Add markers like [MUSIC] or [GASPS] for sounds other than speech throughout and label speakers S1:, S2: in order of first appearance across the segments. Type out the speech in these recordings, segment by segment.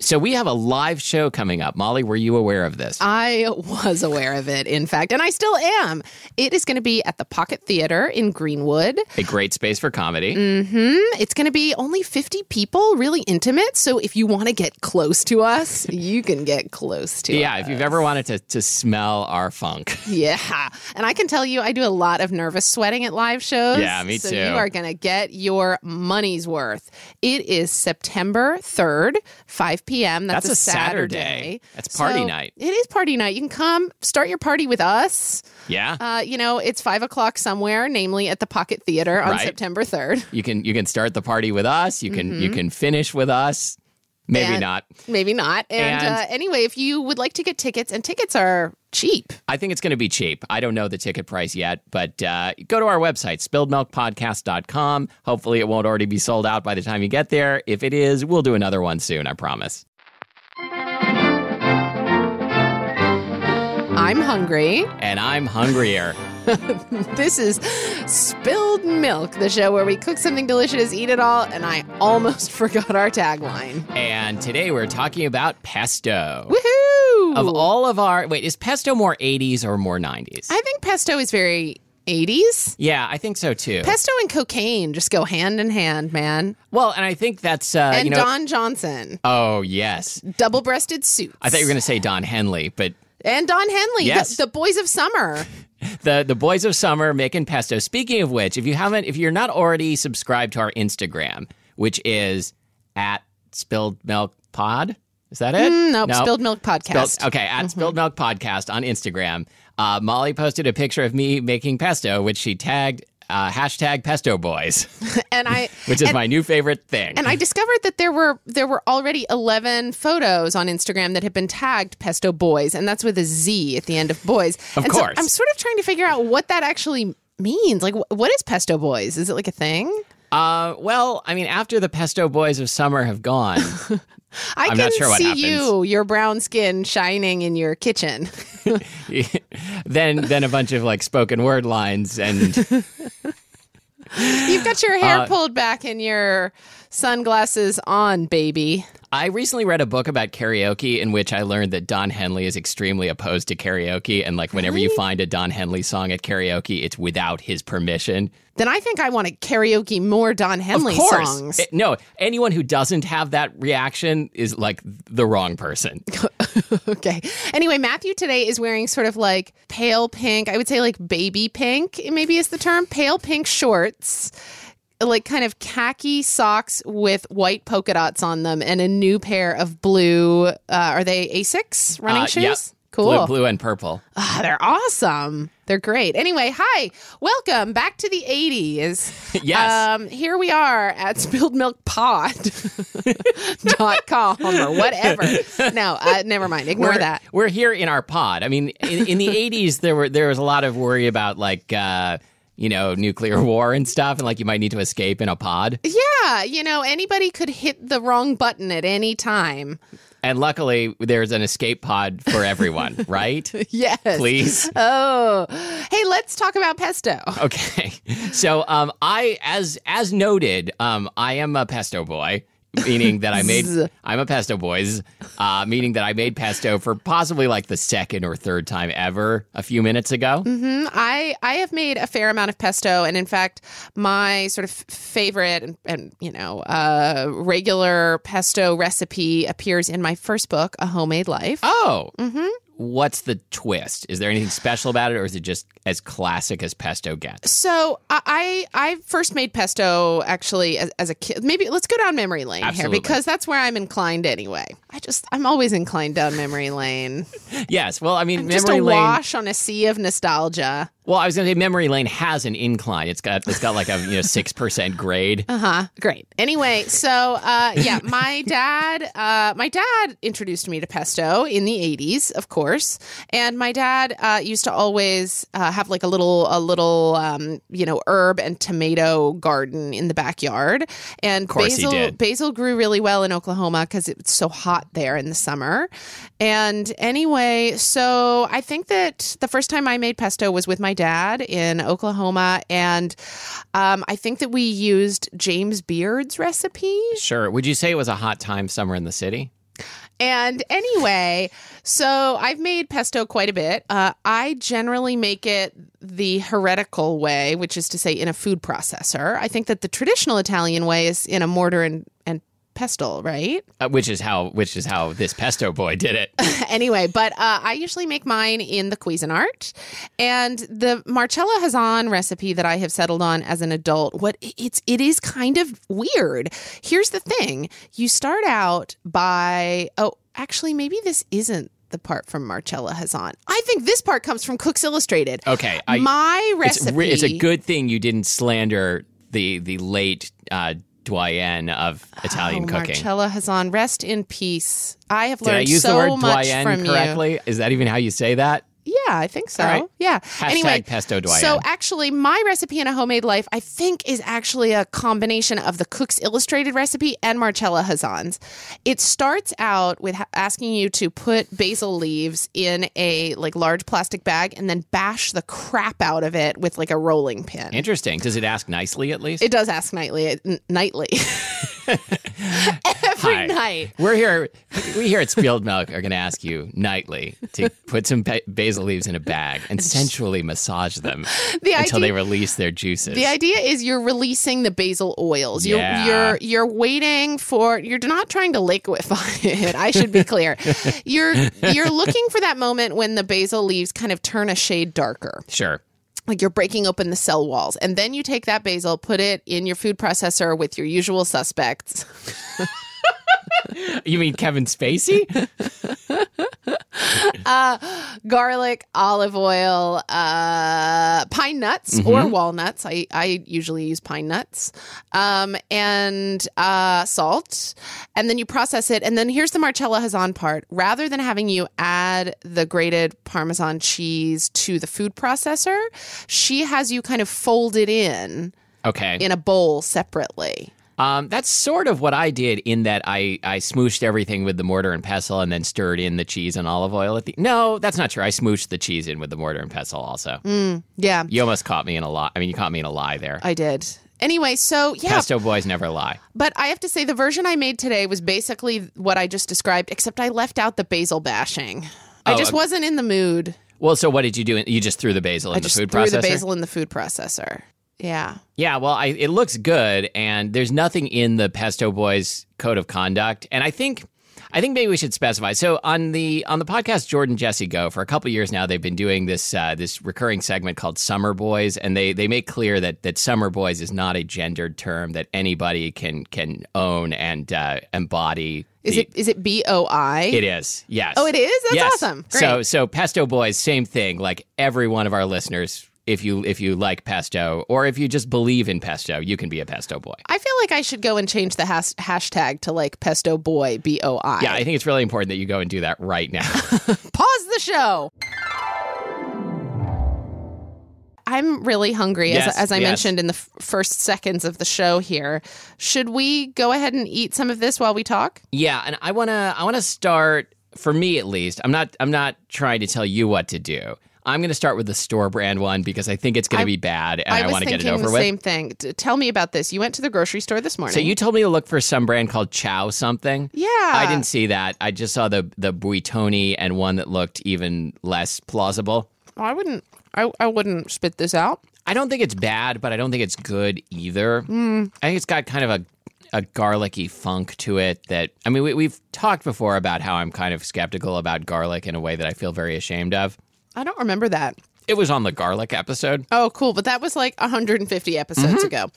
S1: So we have a live show coming up. Molly, were you aware of this?
S2: I was aware of it, in fact, and I still am. It is going to be at the Pocket Theater in Greenwood.
S1: a great space for comedy.
S2: It's going to be only 50 people, really intimate. So if you want to get close to us, you can get close to
S1: Yeah, if you've ever wanted to, to smell our funk.
S2: Yeah. And I can tell you, I do a lot of nervous sweating at live shows.
S1: Yeah, me
S2: so
S1: too.
S2: You are going to get your money's worth. It is September 3rd, 5 p.m. That's,
S1: That's a Saturday. That's party night.
S2: It is party night. You can come start your party with us.
S1: Yeah.
S2: Uh, you know, it's five o'clock somewhere, namely at the Pocket Theater on
S1: Right.
S2: September 3rd.
S1: you can you can start the party with us. You can
S2: Mm-hmm.
S1: you can finish with us. Maybe
S2: And-
S1: not.
S2: [LAUGHS] Maybe not. And,
S1: And-
S2: uh, anyway, if you would like to get tickets, and tickets are cheap.
S1: I think it's going to be cheap. I don't know the ticket price yet, but uh, go to our website, spilledmilkpodcast.com. Hopefully, it won't already be sold out by the time you get there. If it is, we'll do another one soon, I promise.
S2: I'm hungry.
S1: And I'm hungrier.
S2: This is Spilled Milk, the show where we cook something delicious, eat it all, and I almost [LAUGHS] forgot our tagline.
S1: and today we're talking about pesto.
S2: Woohoo!
S1: Of all of our. Wait, is pesto more 80s or more 90s?
S2: I think pesto is very 80s.
S1: yeah, I think so too.
S2: Pesto and cocaine just go hand in hand, man.
S1: well, and I think that's, uh,
S2: And
S1: you know.
S2: Don Johnson,
S1: oh, yes.
S2: double breasted suits.
S1: I thought you were going to say Don Henley, but
S2: And Don Henley, the-
S1: Yes.
S2: the boys of summer.
S1: the the boys of summer making pesto. Speaking of which, if you haven't, if you're not already subscribed to our Instagram, which is at spilled milk pod, is that it?
S2: Mm, Nope,
S1: No.
S2: Spilled Milk Mm-hmm. Podcast.
S1: Spilled- uh, okay, at spilled milk podcast on Instagram. Uh, Molly posted a picture of me making pesto, which she tagged uh, hashtag pesto boys,
S2: [LAUGHS]
S1: [LAUGHS]
S2: and I
S1: which is my new favorite thing.
S2: And I discovered that there were there were already eleven photos on Instagram that had been tagged Pesto Boys, and that's with a Z at the end of boys.
S1: Of
S2: And so
S1: course.
S2: I'm sort of trying to figure out what that actually means. Like, wh- what is Pesto Boys? Is it like a thing?
S1: uh, well, I mean, after the pesto boys of summer have gone, [LAUGHS]
S2: I
S1: I'm
S2: can
S1: not sure what
S2: see
S1: happens.
S2: you, your brown skin shining in your kitchen. [LAUGHS]
S1: then then a bunch of like spoken word lines and.
S2: You've got your
S1: Uh,
S2: hair pulled back and your sunglasses on, baby.
S1: I recently read a book about karaoke in which I learned that Don Henley is extremely opposed to karaoke. And like, whenever you find a Don Henley song at karaoke, it's without his permission.
S2: Then I think I want to karaoke more Don Henley
S1: of course.
S2: songs.
S1: It- no, anyone who doesn't have that reaction is like the wrong person.
S2: [LAUGHS] Okay. Anyway, Matthew today is wearing sort of like pale pink, I would say like baby pink, maybe is the term, pale pink shorts, like kind of khaki socks with white polka dots on them, and a new pair of blue, uh, are they Asics running
S1: Uh,
S2: shoes?
S1: yeah.
S2: Cool.
S1: Blue, blue and purple.
S2: Ah, they're awesome. They're great. Anyway, hi. Welcome back to the 80s.
S1: [LAUGHS] Yes.
S2: Um, here we are at [LAUGHS] spilledmilkpod.com or
S1: [LAUGHS]
S2: whatever. No, uh, never mind. Ignore
S1: we're,
S2: that.
S1: We're here in our pod. I mean, in, in the [LAUGHS] '80s, there were there was a lot of worry about like. Uh, you know, nuclear [LAUGHS] war and stuff, and like you might need to escape in a pod.
S2: Yeah, you know, anybody could hit the wrong button at any time.
S1: And luckily, there's an escape pod for everyone, [LAUGHS] right?
S2: Yes.
S1: Please.
S2: Oh. Hey, let's talk about pesto.
S1: [LAUGHS] Okay. So, um, I as as noted, um, I am a pesto boy, meaning that
S2: [LAUGHS]
S1: I made I'm a pesto boys, uh, meaning that I made pesto for possibly like the second or third time ever a few minutes ago.
S2: hmm I I have made a fair amount of pesto, and in fact, my sort of favorite and, and you know uh, regular pesto recipe appears in my first book, A Homemade Life.
S1: Oh.
S2: Mm-hmm.
S1: What's the twist? Is there anything special about it, or is it just as classic as pesto gets?
S2: So I I I first made pesto actually as, as a kid. Maybe let's go down memory lane
S1: Absolutely.
S2: here because that's where I'm inclined anyway. I just I'm always inclined down memory lane.
S1: Yes. Well, I mean, memory
S2: just a
S1: lane.
S2: wash on a sea of nostalgia.
S1: Well, I was gonna say memory lane has an incline. It's got it's got like a you know six
S2: [LAUGHS]
S1: percent grade.
S2: Uh huh. Great. Anyway, so uh,
S1: [LAUGHS]
S2: yeah, my dad, uh, my dad introduced me to pesto in the '80s, of course, and my dad uh, used to always uh, have like a little, a little, um, you know, herb and tomato garden in the backyard, and
S1: course he
S2: basil,
S1: did.
S2: basil grew really well in Oklahoma because it's so hot there in the summer. And anyway, so I think that the first time I made pesto was with my dad in Oklahoma. And um, I think that we used James Beard's recipe.
S1: Sure. Would you say it was a hot time summer in the city?
S2: And anyway, so I've made pesto quite a bit. Uh, I generally make it the heretical way, which is to say in a food processor. I think that the traditional Italian way is in a mortar and, and pestle, right?
S1: Uh, which is how which is how this pesto boy did it.
S2: [LAUGHS] anyway, but uh, I usually make mine in the Cuisinart, and the Marcella Hazan recipe that I have settled on as an adult. What it's it is kind of weird. Here's the thing: you start out by oh, actually, maybe this isn't the part from Marcella Hazan. I think this part comes from Cooks Illustrated. [LAUGHS]
S1: Okay, Oh, I,
S2: My
S1: it's
S2: recipe.
S1: re- it's a good thing you didn't slander the the late uh, doyen of Italian
S2: Oh,
S1: cooking.
S2: Marcella Hazan, rest in peace. I have
S1: did I
S2: learned
S1: use
S2: so
S1: the word
S2: much
S1: doyen
S2: from you.
S1: correctly? Is that even how you say that?
S2: Yeah, I think so.
S1: All right.
S2: Yeah.
S1: Hashtag
S2: anyway,
S1: pesto doyen.
S2: So actually, my recipe in a homemade life, I think, is actually a combination of the Cook's Illustrated recipe and Marcella Hazan's. It starts out with ha- asking you to put basil leaves in a like large plastic bag and then bash the crap out of it with like a rolling pin.
S1: Interesting. Does it ask nicely at least?
S2: it does ask nightly, n- nightly, [LAUGHS] every
S1: Hi.
S2: night.
S1: We're here. We here at Spilled Milk are going to ask you nightly to put some ba- basil leaves in a bag and sensually massage them
S2: The
S1: until
S2: idea
S1: they release their juices.
S2: The idea is you're releasing the basil oils. You're
S1: Yeah.
S2: you're you're waiting for you're not trying to liquefy [LAUGHS] it. I should be clear. you're you're looking for that moment when the basil leaves kind of turn a shade darker.
S1: sure.
S2: Like you're breaking open the cell walls. And then you take that basil, put it in your food processor with your usual suspects.
S1: You mean Kevin
S2: [LAUGHS]
S1: Spacey?
S2: garlic, olive oil, uh, pine nuts or walnuts. I, I usually use pine nuts um, and uh, salt. And then you process it. And then here's the Marcella Hazan part. Rather than having you add the grated Parmesan cheese to the food processor, she has you kind of fold it in
S1: Okay.
S2: in a bowl separately.
S1: Um, that's sort of what I did in that I, I smooshed everything with the mortar and pestle and then stirred in the cheese and olive oil at the. No, that's not true. I smooshed the cheese in with the mortar and pestle also.
S2: Mm. Yeah,
S1: You almost caught me in a lie. I mean, you caught me in a lie there.
S2: I did. Anyway, so yeah,
S1: Pesto boys never lie.
S2: But I have to say, the version I made today was basically what I just described, except I left out the basil bashing. I
S1: Oh,
S2: just
S1: okay.
S2: wasn't in the mood.
S1: Well, so what did you do? You just threw the basil in
S2: I
S1: the
S2: just
S1: food
S2: threw
S1: processor.
S2: the basil in the food processor. Yeah.
S1: Yeah, well, I, it looks good, and there's nothing in the Pesto Boys code of conduct, and I think. I think maybe we should specify. So on the on the podcast, Jordan Jesse Go for a couple years now, they've been doing this uh, this recurring segment called Summer Boys, and they they make clear that that Summer Boys is not a gendered term that anybody can can own and uh, embody.
S2: Is
S1: the-
S2: it is it B O I?
S1: It is yes.
S2: Oh, it is. That's
S1: Yes.
S2: awesome. Great.
S1: So so pesto boys, same thing. Like every one of our listeners, if you if you like pesto or if you just believe in pesto, you can be a pesto boy.
S2: I feel like I should go and change the has- hashtag to like pesto boy B O I.
S1: Yeah, I think it's really important that you go and do that right now.
S2: Pause the show. I'm really hungry,
S1: Yes,
S2: as, as I
S1: yes.
S2: mentioned in the f- first seconds of the show here. Should we go ahead and eat some of this while we talk?
S1: [LAUGHS] Yeah, and I wanna I wanna start for me at least. I'm not I'm not trying to tell you what to do. I'm gonna start with the store brand one because I think it's gonna be bad and I,
S2: was
S1: want to
S2: thinking
S1: get it over
S2: the
S1: with.
S2: same thing. D- tell me about this. You went to the grocery store this morning.
S1: So you told me to look for some brand called Chow something.
S2: yeah,
S1: I didn't see that. I just saw the the Buitoni and one that looked even less plausible.
S2: I wouldn't. I, I wouldn't spit this out.
S1: I don't think it's bad, but I don't think it's good either. I think it's got kind of a a garlicky funk to it that I mean we, we've talked before about how I'm kind of skeptical about garlic in a way that I feel very ashamed of.
S2: I don't remember that.
S1: It was on the garlic episode.
S2: Oh, cool. But that was like 150
S1: Mm-hmm.
S2: episodes ago.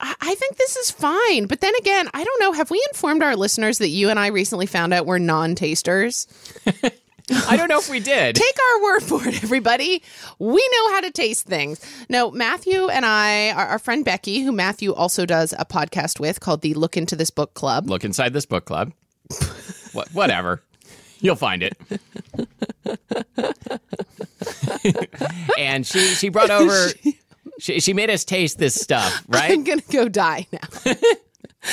S2: I-, I think this is fine. But then again, I don't know. Have we informed our listeners that you and I recently found out we're non tasters?
S1: I don't know if
S2: [LAUGHS]
S1: we did. [LAUGHS]
S2: Take our word for it, everybody. We know how to taste things. No, Matthew and I, our, our friend Becky, who Matthew also does a podcast with called the Look Into This Book Club.
S1: Look inside this book club. what, whatever. You'll find it. [LAUGHS] and she she brought over she, she made us taste this stuff, right?
S2: [LAUGHS] I'm going to go die now. [LAUGHS]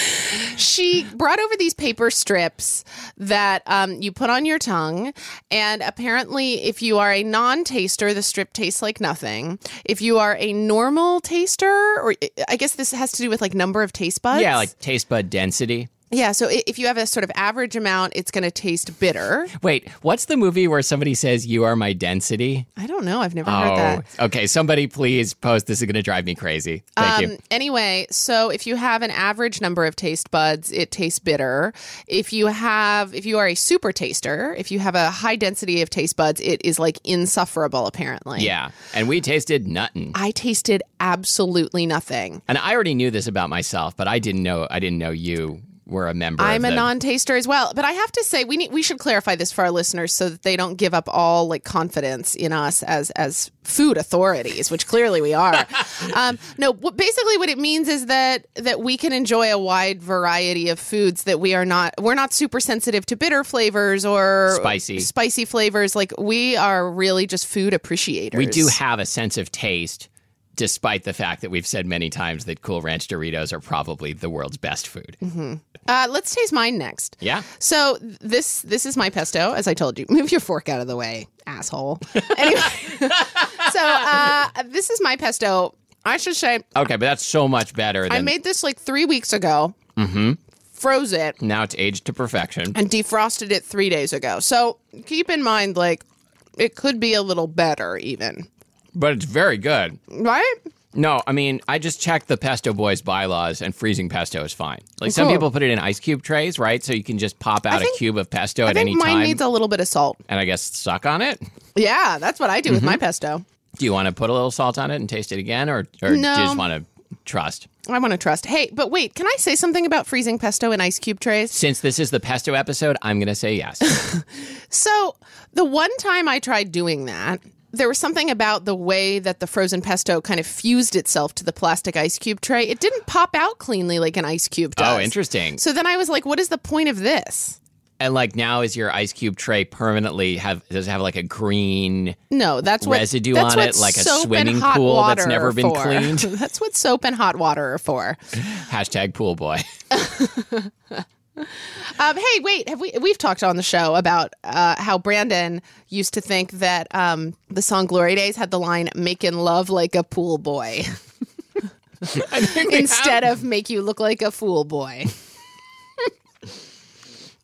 S2: she brought over these paper strips that um, you put on your tongue. And apparently, if you are a non taster, the strip tastes like nothing. If you are a normal taster, or I guess this has to do with like number of taste buds.
S1: Yeah, like taste bud density.
S2: Yeah. So i- if you have a sort of average amount, it's going to taste bitter.
S1: Wait, what's the movie where somebody says you are my density? Oh,
S2: I don't know. I've never heard that.
S1: okay. Somebody please post. This is going to drive me crazy. Thank
S2: Um,
S1: you.
S2: Anyway, so if you have an average number of taste buds, it tastes bitter. If you have, if you are a super taster, if you have a high density of taste buds, it is like insufferable. Apparently,
S1: Yeah, and we tasted nothing.
S2: I tasted absolutely nothing.
S1: And I already knew this about myself, but I didn't know. I didn't know you were a member.
S2: I'm
S1: of
S2: a
S1: the-
S2: non-taster as well, but I have to say we need we should clarify this for our listeners so that they don't give up all like confidence in us as as food authorities, which clearly we
S1: [LAUGHS]
S2: are. um, no, what, basically what it means is that that we can enjoy a wide variety of foods that we are not we're not super sensitive to bitter flavors or
S1: Spicy.
S2: spicy flavors. Like we are really just food appreciators.
S1: We do have a sense of taste, despite the fact that we've said many times that Cool Ranch Doritos are probably the world's best food.
S2: Uh, let's taste mine next.
S1: Yeah.
S2: So th- this this is my pesto, as I told you. [LAUGHS] Move your fork out of the way, asshole. [LAUGHS] Anyway, so uh, this is my pesto. I should say
S1: Okay, but that's so much better
S2: I
S1: than
S2: made this like three weeks ago. Mm-hmm. Froze it
S1: now. It's aged to perfection.
S2: and defrosted it three days ago. So keep in mind, like it could be a little better, even
S1: But it's very good.
S2: right?
S1: No, I mean, I just checked the Pesto Boys bylaws, and freezing pesto is fine. Like some
S2: Cool.
S1: people put it in ice cube trays, right? So you can just pop out
S2: think-
S1: a cube of pesto
S2: I
S1: at any
S2: think mine
S1: time,
S2: needs a little bit of salt.
S1: and I guess suck on it.
S2: Yeah, that's what I do with my pesto.
S1: Do you want to put a little salt on it and taste it again, or, or do you
S2: No.
S1: just want to trust?
S2: I want to trust. Hey, but wait, can I say something about freezing pesto in ice cube trays?
S1: Since this is the pesto episode, I'm going to
S2: [LAUGHS]
S1: say yes.
S2: So the one time I tried doing that, there was something about the way that the frozen pesto kind of fused itself to the plastic ice cube tray. It didn't pop out cleanly like an ice cube does.
S1: oh, interesting.
S2: So then I was like, what is the point of this?
S1: And like now, is your ice cube tray permanently have does it have like a green?
S2: No, that's what
S1: Residue
S2: that's
S1: on
S2: what
S1: it, like a
S2: soap and
S1: swimming
S2: hot
S1: pool that's
S2: water
S1: never
S2: are
S1: been
S2: for.
S1: cleaned.
S2: [LAUGHS] that's what soap and hot water are for.
S1: Hashtag pool boy. [LAUGHS]
S2: Um, hey, wait, have we we've talked on the show about uh, how Brandon used to think that um, the song "Glory Days" had the line "Making love like a pool boy"
S1: [LAUGHS] I think we have-
S2: instead of "Make you look like a fool boy." [LAUGHS]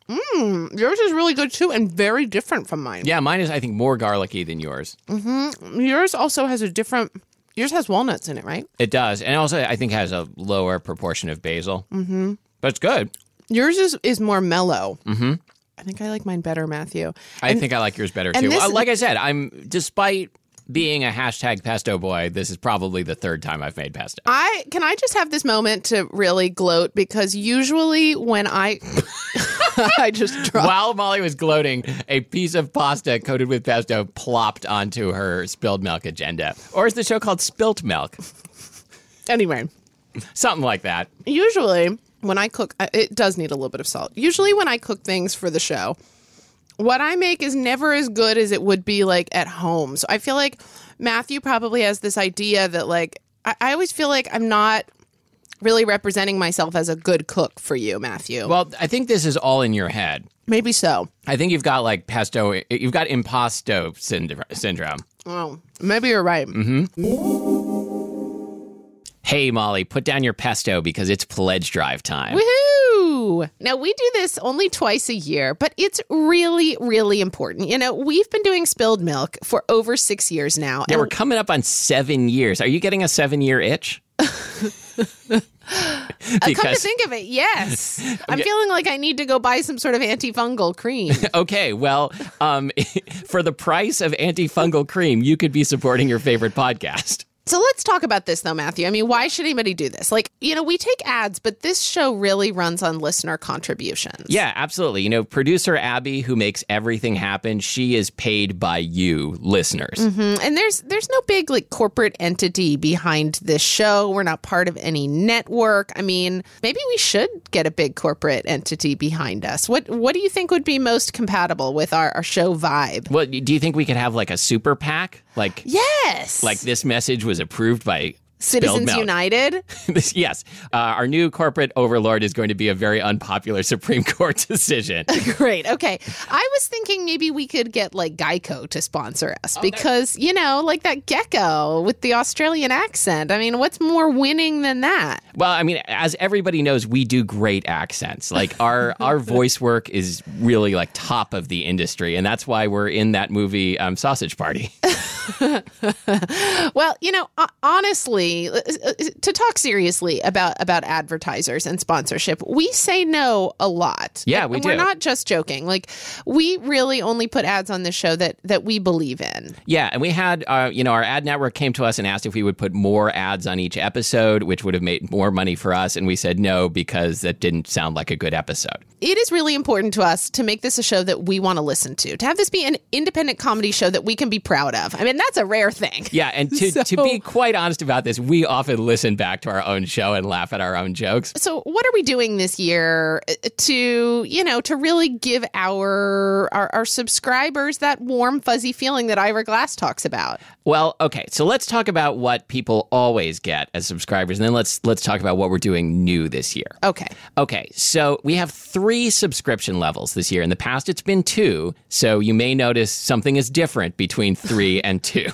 S2: Mmm, yours is really good too, and very different from mine.
S1: yeah, mine is I think more garlicky than yours.
S2: Yours also has a different. Yours has walnuts in it, right?
S1: It does, and also I think has a lower proportion of basil. Mm-hmm. But it's good.
S2: Yours is is more mellow. Mm-hmm. I think I like mine better, Matthew.
S1: I think I like yours better too.
S2: this-
S1: Uh, like I said, I'm despite being a hashtag pesto boy, this is probably the third time I've made pesto.
S2: I can I just have this moment to really gloat because usually when I [LAUGHS] I just dropped
S1: While Molly was gloating, a piece of pasta coated with pesto plopped onto her spilled milk agenda. Or is the show called Spilt Milk?
S2: anyway.
S1: Something like that.
S2: Usually when I cook I- it does need a little bit of salt. Usually when I cook things for the show, what I make is never as good as it would be like at home. So I feel like Matthew probably has this idea that like I, I always feel like I'm not really representing myself as a good cook for you, Matthew.
S1: Well, I think this is all in your head.
S2: Maybe so.
S1: I think you've got like pesto, you've got impasto synd- syndrome.
S2: Oh, maybe you're right.
S1: Hey, Molly, put down your pesto because it's pledge drive time.
S2: Woohoo! Now, we do this only twice a year, but it's really, really important. You know, we've been doing spilled milk for over six years now.
S1: yeah,
S2: and
S1: we're coming up on seven years. Are you getting a seven year itch?
S2: come to
S1: because,
S2: think of it,
S1: [LAUGHS]
S2: yes. I'm feeling like I need to go buy some sort of antifungal
S1: [LAUGHS]
S2: cream.
S1: okay, well, um, [LAUGHS] for the price of antifungal cream, you could be supporting your favorite podcast.
S2: So let's talk about this though, Matthew. I mean, why should anybody do this? Like, you know, we take ads, but this show really runs on listener contributions.
S1: Yeah, absolutely. You know, producer Abby, who makes everything happen, she is paid by you, listeners.
S2: Mhm. And there's there's no big like corporate entity behind this show. We're not part of any network. I mean, maybe we should get a big corporate entity behind us. What what do you think would be most compatible with our, our show vibe?
S1: Well, do you think we could have like a super PAC? Like,
S2: Yes.
S1: like this message was approved by Spilled
S2: Citizens
S1: Milk.
S2: United. [LAUGHS]
S1: This- [LAUGHS] yes, uh, our new corporate overlord is going to be a very unpopular [LAUGHS] Supreme Court decision.
S2: Great. Okay. I was thinking maybe we could get like Geico to sponsor us because, you know, like that gecko with the Australian accent. I mean, what's more winning than that?
S1: well, I mean, as everybody knows, we do great accents. Like our our voice work is really like top of the industry, and that's why we're in that movie um, Sausage Party. [LAUGHS]
S2: Well, you know, ho- honestly, uh, uh, to talk seriously about about advertisers and sponsorship, we say no a lot.
S1: Yeah,
S2: And-
S1: we
S2: and
S1: do.
S2: We're not just joking. Like we really only put ads on this show that that we believe in.
S1: Yeah, and we had, uh, you know, our ad network came to us and asked if we would put more ads on each episode, which would have made more money for us. And we said no because that didn't sound like a good episode.
S2: it is really important to us to make this a show that we want to listen to, to have this be an independent comedy show that we can be proud of. I mean, that's a rare thing.
S1: Yeah, and to, to be quite honest about this, we often listen back to our own show and laugh at our own jokes.
S2: So, what are we doing this year uh, to, you know, to really give our our, our subscribers that warm, fuzzy feeling that Ira Glass talks about?
S1: Well, okay, so let's talk about what people always get as subscribers, and then let's let's talk about what we're doing new this year.
S2: Okay. [LAUGHS]
S1: Okay, so we have three subscription levels this year. In the past, it's been two, so you may notice something is different between three and two.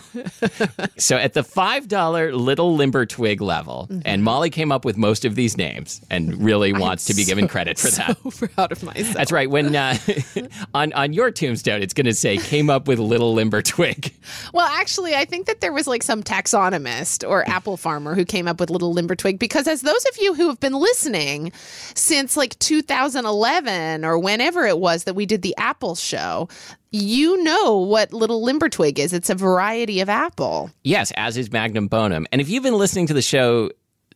S1: so at the $5 Little Limber Twig level, and Molly came up with most of these names and really wants to be given credit for that.
S2: Proud of myself.
S1: That's right. When uh, [LAUGHS] on on your tombstone, it's going to say "came up with Little Limber Twig."
S2: Well, actually, I think that there was like some taxonomist or apple farmer who came up with Little Limber Twig because, as those of you who have been listening since like 2011 or whenever it was that we did the Apple show, you know what Little Limber Twig is. It's a variety of apple.
S1: Yes, as is Magnum Bonum. And if you've been listening to the show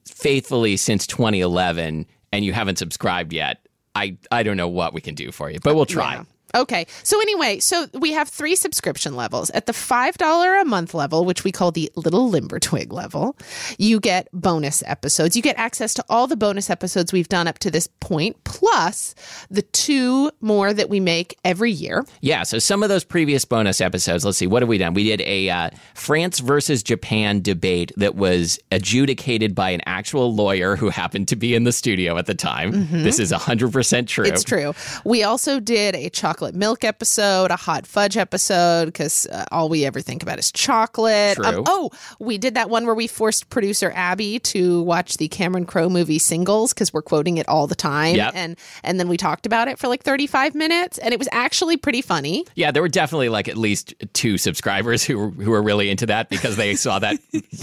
S1: faithfully since 2011 and you haven't subscribed yet, I I don't know what we can do for you, but we'll try.
S2: Okay. So anyway, so we have three subscription levels. At the $5 a month level, which we call the little limber twig level, you get bonus episodes. You get access to all the bonus episodes we've done up to this point, plus the two more that we make every year.
S1: Yeah, so some of those previous bonus episodes, let's see, what have we done? We did a uh, France versus Japan debate that was adjudicated by an actual lawyer who happened to be in the studio at the time. This is 100% true.
S2: It's true. We also did a chocolate milk episode, a hot fudge episode, because uh, all we ever think about is chocolate.
S1: True.
S2: oh, we did that one where we forced producer Abby to watch the Cameron Crowe movie Singles because we're quoting it all the time,
S1: Yep.
S2: and and then we talked about it for like thirty five minutes, and it was actually pretty funny.
S1: Yeah, there were definitely like at least two subscribers who were, who were really into that because they saw that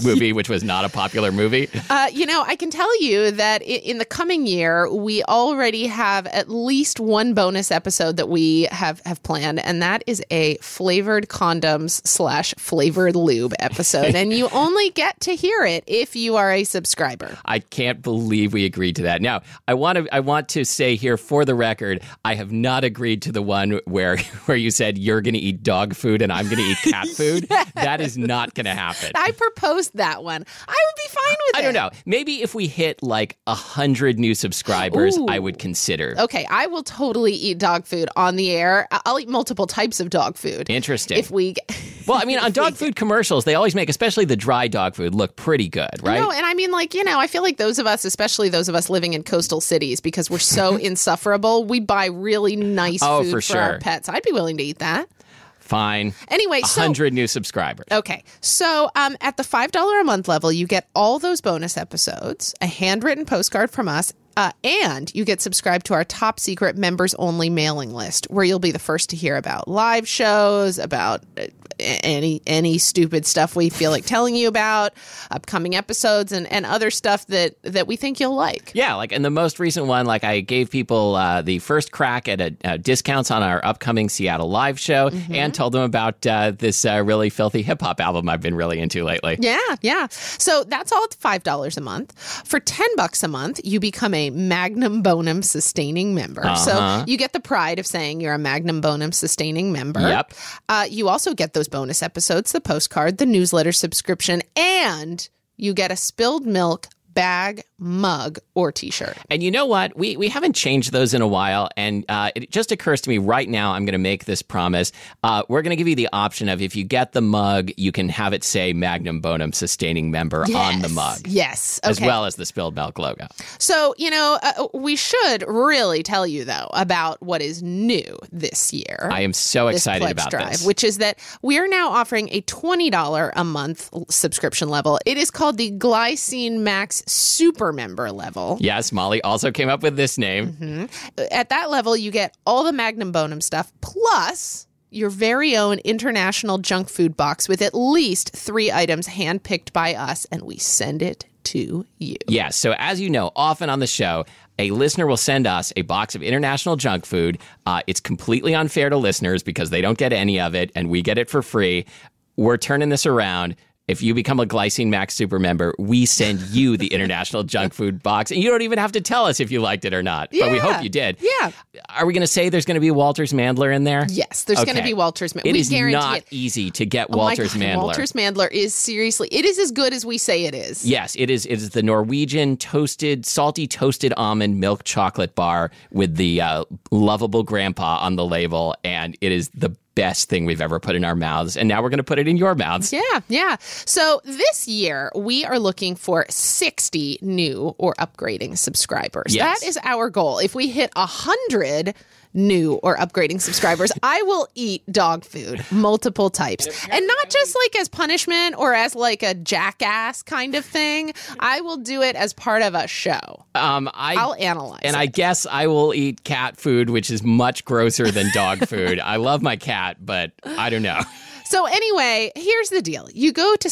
S1: movie, which was not a popular movie.
S2: Uh, you know, I can tell you that i- in the coming year, we already have at least one bonus episode that we have have planned, and that is a flavored condoms slash flavored lube episode. and
S1: [LAUGHS]
S2: you only get to hear it if you are a subscriber.
S1: I can't believe we agreed to that. Now, I want to I want to say here for the record, I have not agreed to the one where [LAUGHS] where you said you're going to eat dog food and I'm going to eat
S2: [LAUGHS]
S1: cat food. That is not going to happen.
S2: I proposed that one. I would be fine with it.
S1: I don't know. Maybe if we hit like a hundred new subscribers, I would consider.
S2: Oh, Okay, I will totally eat dog food on the there. I- I'll eat multiple types of dog food.
S1: Interesting.
S2: If we, get- [LAUGHS]
S1: well, I mean, on
S2: if we
S1: dog
S2: get-
S1: food commercials, they always make, especially the dry dog food, look pretty good, right?
S2: No, and I mean, like, you know, I feel like those of us, especially those of us living in coastal cities, because we're
S1: [LAUGHS]
S2: so insufferable, we buy really nice
S1: Oh,
S2: food
S1: for
S2: for, our
S1: sure.
S2: pets. I'd be willing to eat that.
S1: Fine.
S2: Anyway,
S1: A
S2: so
S1: hundred new subscribers.
S2: Okay. So um, at the $5 a month level, you get all those bonus episodes, a handwritten postcard from us, uh, and you get subscribed to our top secret members only mailing list, where you'll be the first to hear about live shows, about uh, a- any any stupid stuff we feel like telling you about, upcoming episodes, and, and other stuff that, that we think you'll like.
S1: Yeah, like in the most recent one, like I gave people uh, the first crack at a, uh, discounts on our upcoming Seattle live show,
S2: Mm-hmm.
S1: and told them about uh, this uh, really filthy hip hop album I've been really into lately.
S2: Yeah, yeah. So that's all at five dollars a month. For ten bucks a month, you become a magnum bonum sustaining member. So
S1: Uh-huh.
S2: you get the pride of saying you're a magnum bonum sustaining member.
S1: Yep.
S2: Uh, you also get those bonus episodes, the postcard, the newsletter subscription, and you get a spilled milk bag, mug, or T-shirt.
S1: And you know what? We we haven't changed those in a while, and uh, it just occurs to me right now. I'm going to make this promise. Uh, we're going to give you the option of if you get the mug, you can have it say Magnum Bonum Sustaining Member on the
S2: Yes.
S1: mug,
S2: Yes.
S1: as
S2: okay.
S1: well as the spilled milk logo.
S2: So, you know, uh, we should really tell you, though, about what is new this year.
S1: I am so
S2: this
S1: excited
S2: pledge
S1: about
S2: drive,
S1: this.
S2: which is that we are now offering a $20 a month l- subscription level. It is called the Glycine Max Super Member level.
S1: yes, Molly also came up with this name.
S2: At that level, you get all the Magnum Bonum stuff plus your very own international junk food box with at least three items handpicked by us, and we send it to you.
S1: Yeah. So, as you know, often on the show, a listener will send us a box of international junk food. Uh, it's completely unfair to listeners because they don't get any of it and we get it for free. We're turning this around. If you become a Glycine Max super member, we send
S2: [LAUGHS]
S1: you the international junk food box. And you don't even have to tell us if you liked it or not, but we
S2: Yeah.
S1: hope you did.
S2: Yeah.
S1: Are we going to say there's going to be Walters Mandler in there?
S2: Yes, there's going to
S1: Okay.
S2: be Walter's. Ma-
S1: It
S2: we
S1: is
S2: guarantee
S1: not
S2: it.
S1: easy to get
S2: Oh my
S1: Walters
S2: God,
S1: Mandler.
S2: Walters Mandler is seriously, it is as good as we say it is.
S1: Yes, it is. It is the Norwegian toasted, salty toasted almond milk chocolate bar with the uh, lovable grandpa on the label, and it is the best thing we've ever put in our mouths. And now we're going to put it in your mouths.
S2: Yeah, yeah. So this year we are looking for 60 new or upgrading subscribers.
S1: Yes.
S2: That is our goal. If we hit 100 new or upgrading
S1: [LAUGHS]
S2: subscribers, I will eat dog food, multiple types. And not just like as punishment or as like a jackass kind of thing. I will do it as part of a show.
S1: Um, I
S2: I'll analyze.
S1: and
S2: it.
S1: I guess I will eat cat food, which is much grosser than dog
S2: [LAUGHS]
S1: food. I love my cat, but I
S2: [SIGHS]
S1: don't know.
S2: So anyway, here's the deal. You go to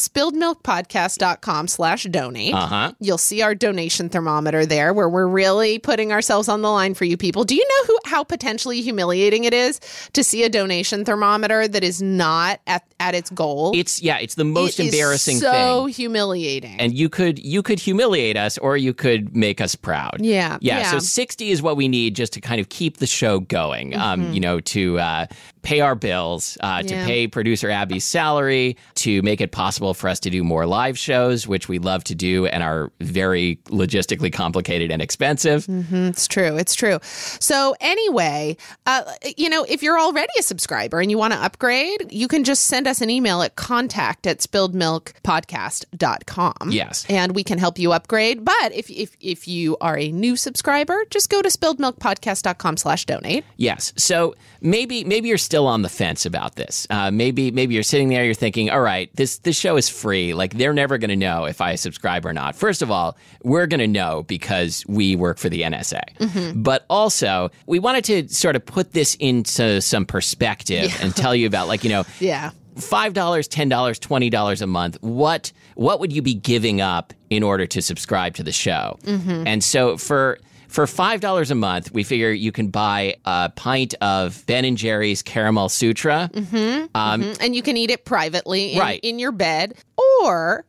S2: spilledmilkpodcast.com slash donate.
S1: Uh-huh.
S2: You'll see our donation thermometer there where we're really putting ourselves on the line for you people. Do you know who how potentially humiliating it is to see a donation thermometer that is not at, at its goal?
S1: It's yeah, it's the most
S2: It is
S1: embarrassing
S2: so
S1: thing.
S2: humiliating.
S1: And you could you could humiliate us, or you could make us proud.
S2: yeah,
S1: Yeah, so 60 is what we need just to kind of keep the show going, um, you know, to uh, pay our bills, uh, to
S2: Mm-hmm. Yeah.
S1: pay producer Abby's salary, to make it possible for us to do more live shows, which we love to do and are very logistically complicated and expensive.
S2: It's true. It's true. So anyway, uh, you know, if you're already a subscriber and you want to upgrade, you can just send us an email at contact at spilledmilkpodcast.com.
S1: Yes.
S2: And we can help you upgrade. But if, if, if you are a new subscriber, just go to spilledmilkpodcast.com slash donate.
S1: Yes. So maybe maybe you're still on the fence about this. Uh, maybe maybe you're sitting there, you're thinking, all right, this this show is free. Like they're never going to know if I subscribe or not. First of all, we're going to know because we work for the NSA. But also, we wanted to sort of put this into some perspective and tell you about like you know
S2: Yeah.
S1: five dollars, ten dollars, twenty dollars a month. What what would you be giving up in order to subscribe to the show?
S2: Mm-hmm.
S1: And so for for five dollars a month, we figure you can buy a pint of Ben and Jerry's Caramel Sutra.
S2: Mm-hmm. Mm, And you can eat it privately in,
S1: Right.
S2: in your bed or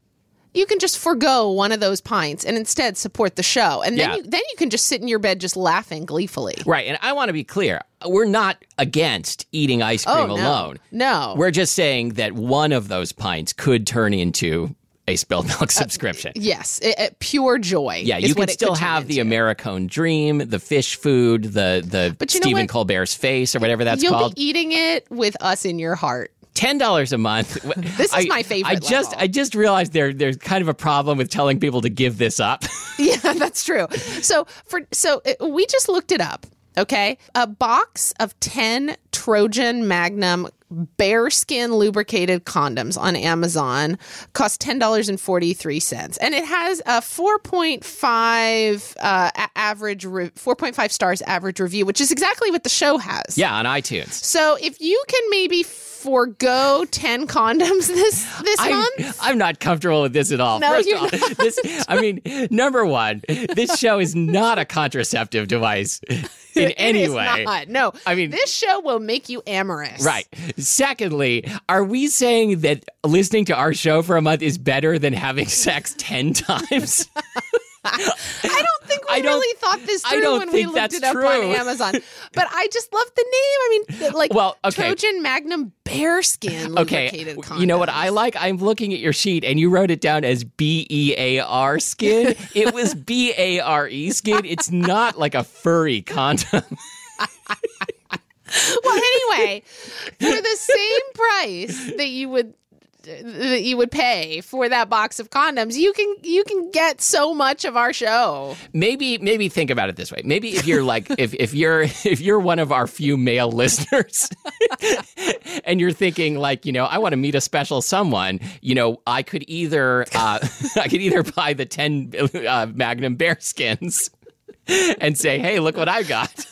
S2: you can just forego one of those pints and instead support the show. And then,
S1: Yeah.
S2: you, then you can just sit in your bed just laughing gleefully.
S1: Right, and I want to be clear: we're not against eating ice cream
S2: Oh, no.
S1: alone.
S2: No.
S1: We're just saying that one of those pints could turn into a spilled milk [LAUGHS] subscription.
S2: Yes, it, it- pure joy.
S1: Yeah,
S2: is
S1: you can
S2: what it
S1: still
S2: could turn
S1: have the
S2: into.
S1: Americone dream, the fish food, the the
S2: But you know
S1: Stephen
S2: what?
S1: Colbert's face or whatever that's
S2: You'll
S1: called.
S2: be eating it with us in your heart. [LAUGHS]
S1: Ten dollars a month.
S2: This is
S1: I-
S2: my favorite
S1: I just
S2: level.
S1: I just realized there there's kind of a problem with telling people to give this up. [LAUGHS]
S2: Yeah, that's true. So for so uh, we just looked it up. Okay, a box of ten Trojan Magnum bearskin lubricated condoms on Amazon costs ten dollars and forty three cents, and it has a four point five uh, a- average re- four point five stars average review, which is exactly what the show has.
S1: yeah, on iTunes.
S2: So if you can maybe forego ten condoms this this
S1: I'm,
S2: month,
S1: I'm not comfortable with this at all.
S2: No,
S1: 1st
S2: you're
S1: off, this I mean, number one, this show is not a
S2: [LAUGHS]
S1: contraceptive device in any
S2: it is
S1: way.
S2: not. No,
S1: I mean-
S2: this show will make you amorous.
S1: Right. Secondly, are we saying that listening to our show for a month is better than having [LAUGHS] sex 10 times?
S2: I don't
S1: [LAUGHS]
S2: think we
S1: I don't-
S2: really thought this
S1: I
S2: through
S1: don't
S2: when we
S1: think
S2: looked
S1: that's
S2: it up on
S1: true. [LAUGHS]
S2: Amazon. But I just love the name. I mean, th- like
S1: Well, okay.
S2: Trojan Magnum Bearskin
S1: [LAUGHS] Okay.
S2: lubricated condom.
S1: You know what I like? I'm looking at your sheet and you wrote it down as B E A R skin. it was B A R E skin. It's not like a furry condom.
S2: [LAUGHS] Well, anyway, for the same price that you would that you would pay for that box of condoms, you can you can get so much of our show.
S1: maybe maybe think about it this way maybe if
S2: [LAUGHS]
S1: you're like if, if you're if you're one of our few male listeners [LAUGHS] and you're thinking like you know i want to meet a special someone you know i could either uh, [LAUGHS] i could either buy the 10 uh, magnum bear skins and say, hey, look what I
S2: [LAUGHS]
S1: got.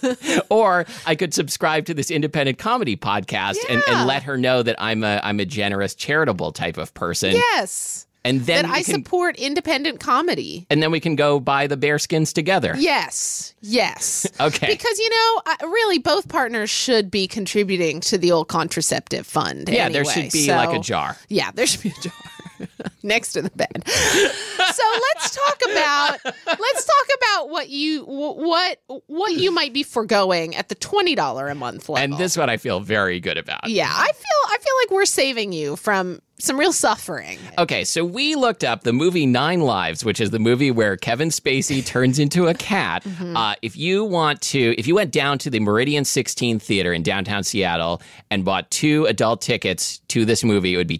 S1: or I could subscribe to this independent comedy podcast and,
S2: Yeah.
S1: and let her know that I'm a I'm a generous, charitable type of person.
S2: Yes.
S1: And then
S2: That
S1: we
S2: I
S1: can,
S2: support independent comedy.
S1: and then we can go buy the bear skins together.
S2: Yes. Yes.
S1: [LAUGHS] Okay.
S2: Because you know, I- really, both partners should be contributing to the old contraceptive fund.
S1: Yeah, there
S2: anyway,
S1: should be
S2: so-
S1: like a jar.
S2: Yeah, there should be a jar [LAUGHS] next to the bed. so let's talk about let's talk about what you wh- what what you might be foregoing at the twenty dollar a month level.
S1: And this one I feel very good about.
S2: yeah, I feel I feel like we're saving you from some real suffering.
S1: Okay, so we looked up the movie Nine Lives, which is the movie where
S2: [LAUGHS]
S1: Kevin Spacey turns into a cat.
S2: Mm-hmm.
S1: Uh, if you want to, if you went down to the Meridian 16 Theater in downtown Seattle and bought two adult tickets to this movie, it would be